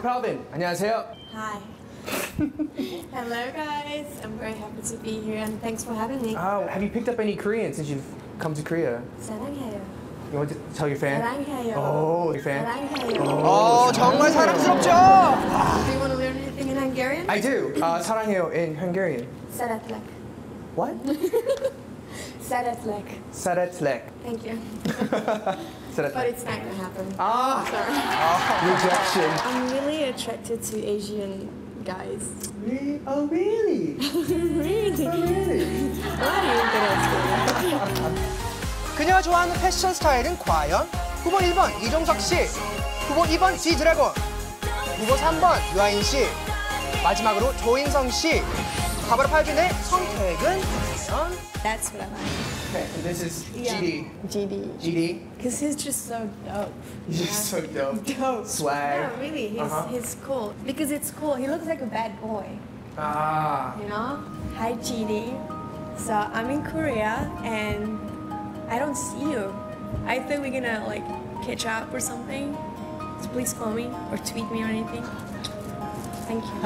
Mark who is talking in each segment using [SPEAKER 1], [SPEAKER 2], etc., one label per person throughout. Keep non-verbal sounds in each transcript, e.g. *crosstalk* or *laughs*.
[SPEAKER 1] problem. 안녕하세요. *laughs*
[SPEAKER 2] Hi. Hello, guys. I'm very happy to be here and thanks for having me.
[SPEAKER 1] Oh, have you picked up any Korean since you've come to Korea?
[SPEAKER 2] 사랑해요.
[SPEAKER 1] You want to tell your fan?
[SPEAKER 2] 사랑해요.
[SPEAKER 1] Eh. Oh, your fan? Oh,
[SPEAKER 2] 사랑해요.
[SPEAKER 3] 어, Oh, 정말 사랑스럽죠?
[SPEAKER 2] Do you want to learn anything in Hungarian?
[SPEAKER 1] I do. Uh, 사랑해요 in Hungarian.
[SPEAKER 2] Szeretlek.
[SPEAKER 1] What?
[SPEAKER 2] Szeretlek.
[SPEAKER 1] *laughs* 사라tlek.
[SPEAKER 2] Thank you. But
[SPEAKER 1] Sarathlek.
[SPEAKER 2] it's not gonna happen.
[SPEAKER 1] Ah,
[SPEAKER 2] Sorry.
[SPEAKER 1] rejection.
[SPEAKER 2] I'm really attracted to Asian guys.
[SPEAKER 1] Re- Oh, really?
[SPEAKER 2] Really?
[SPEAKER 1] Oh, really?
[SPEAKER 2] Why do you think that it's good?
[SPEAKER 3] 그녀가 좋아하는 패션 스타일은 과연? 후보 1번 이종석 씨, 후보 2번 지드래곤, 후보 3번 유아인 씨, 마지막으로 조인성 씨. 바바라 팔빈의 선택은 어? 과연?
[SPEAKER 2] That's what I like.
[SPEAKER 1] Okay, and 네, this is GD.
[SPEAKER 2] GD.
[SPEAKER 1] GD,
[SPEAKER 2] Because he's just so dope.
[SPEAKER 1] you're just so dope.
[SPEAKER 2] Dope.
[SPEAKER 1] Swag.
[SPEAKER 2] No, really, he's,
[SPEAKER 1] Uh-huh.
[SPEAKER 2] he's cool. Because it's cool. He looks like a bad boy.
[SPEAKER 1] Ah.
[SPEAKER 2] you know? Hi, GD. So I'm in Korea and I don't see you. I think we're gonna like catch up or something. So please call me or tweet me or anything. Thank you.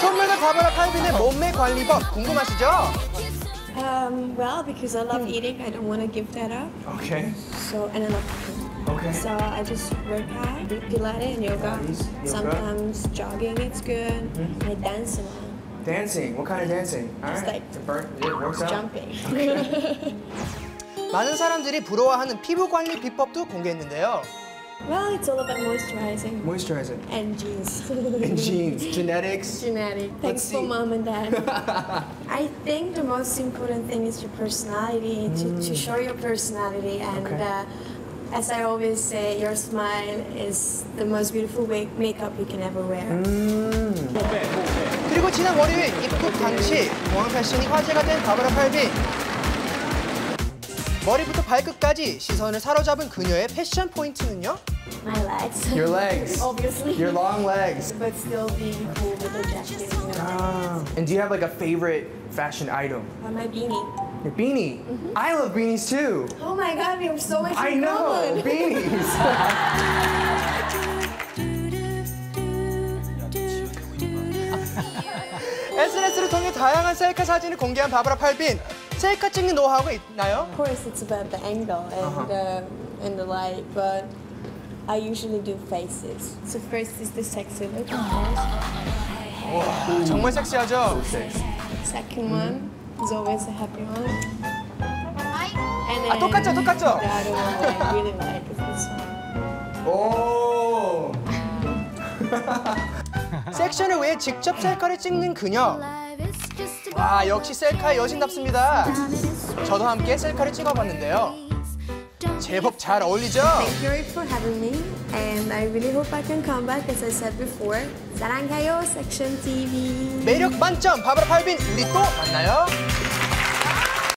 [SPEAKER 3] 선물과 바바라 팔빈의 몸매 관리법 궁금하시죠?
[SPEAKER 2] Um, well, because I love eating, I don't want to give that up.
[SPEAKER 1] Okay.
[SPEAKER 2] So and I love cooking.
[SPEAKER 1] Okay.
[SPEAKER 2] So I just work out, do Pilates and yoga.
[SPEAKER 1] Pilates, yoga.
[SPEAKER 2] Sometimes jogging, it's good. I dance a lot,
[SPEAKER 1] Dancing. What kind of dancing? All
[SPEAKER 2] Just
[SPEAKER 1] right.
[SPEAKER 2] like
[SPEAKER 1] It burn- it works out.
[SPEAKER 2] jumping. *laughs*
[SPEAKER 3] 많은 사람들이 부러워하는 피부 관리 비법도 공개했는데요.
[SPEAKER 2] well, it's all about moisturizing
[SPEAKER 1] Moisturizer.
[SPEAKER 2] and jeans.
[SPEAKER 1] And genes, genetics.
[SPEAKER 2] Genetic. Thanks for
[SPEAKER 1] see.
[SPEAKER 2] mom and dad.
[SPEAKER 1] *laughs*
[SPEAKER 2] I think the most important thing is your personality, to, to show your personality.
[SPEAKER 1] Mm.
[SPEAKER 2] And
[SPEAKER 1] Okay.
[SPEAKER 2] uh, as I always say, your smile is the most beautiful wake- makeup you can ever wear.
[SPEAKER 1] Mm.
[SPEAKER 3] 그리고 지난 월요일 입국 당시 공항 패션이 화제가 된 바바라 팔빈. 머리부터 발끝까지 시선을 사로잡은 그녀의 패션 포인트는요?
[SPEAKER 2] My legs.
[SPEAKER 1] Your legs.
[SPEAKER 2] *laughs* Obviously.
[SPEAKER 1] Your long legs.
[SPEAKER 2] but still being cool with the jacket. You
[SPEAKER 1] Oh.
[SPEAKER 2] know?
[SPEAKER 1] And do you have like a favorite fashion item?
[SPEAKER 2] Uh, My beanie.
[SPEAKER 1] Your beanie. I love beanies too.
[SPEAKER 2] Oh my god, we have so much
[SPEAKER 1] I
[SPEAKER 2] in
[SPEAKER 1] know
[SPEAKER 3] *laughs*
[SPEAKER 2] common.
[SPEAKER 1] beanies.
[SPEAKER 3] SNS를 통해 다양한 셀카 사진을 공개한 바바라 팔빈. 셀카 찍는 노하우가 있나요?
[SPEAKER 2] Of course, it's about the angle and uh, and the light, but I usually do faces. Ah. So first is the sexy look. of course.
[SPEAKER 3] 아, 정말 섹시하죠?
[SPEAKER 2] Second one is always a happy one. And then
[SPEAKER 3] 아, 똑같죠, 똑같죠?
[SPEAKER 2] The other one that I really like is this one.
[SPEAKER 1] oh.
[SPEAKER 3] *laughs* 섹션을 위해 직접 셀카를 찍는 그녀.
[SPEAKER 4] 와 아, 역시 셀카 여신답습니다. 저도 함께 셀카를 찍어봤는데요.
[SPEAKER 3] 제법 잘 어울리죠?
[SPEAKER 2] Thank you for having me, and I really hope I can come back as I said before. 사랑해요, Section TV.
[SPEAKER 3] 매력 만점 바바라 팔빈 우리 또 만나요.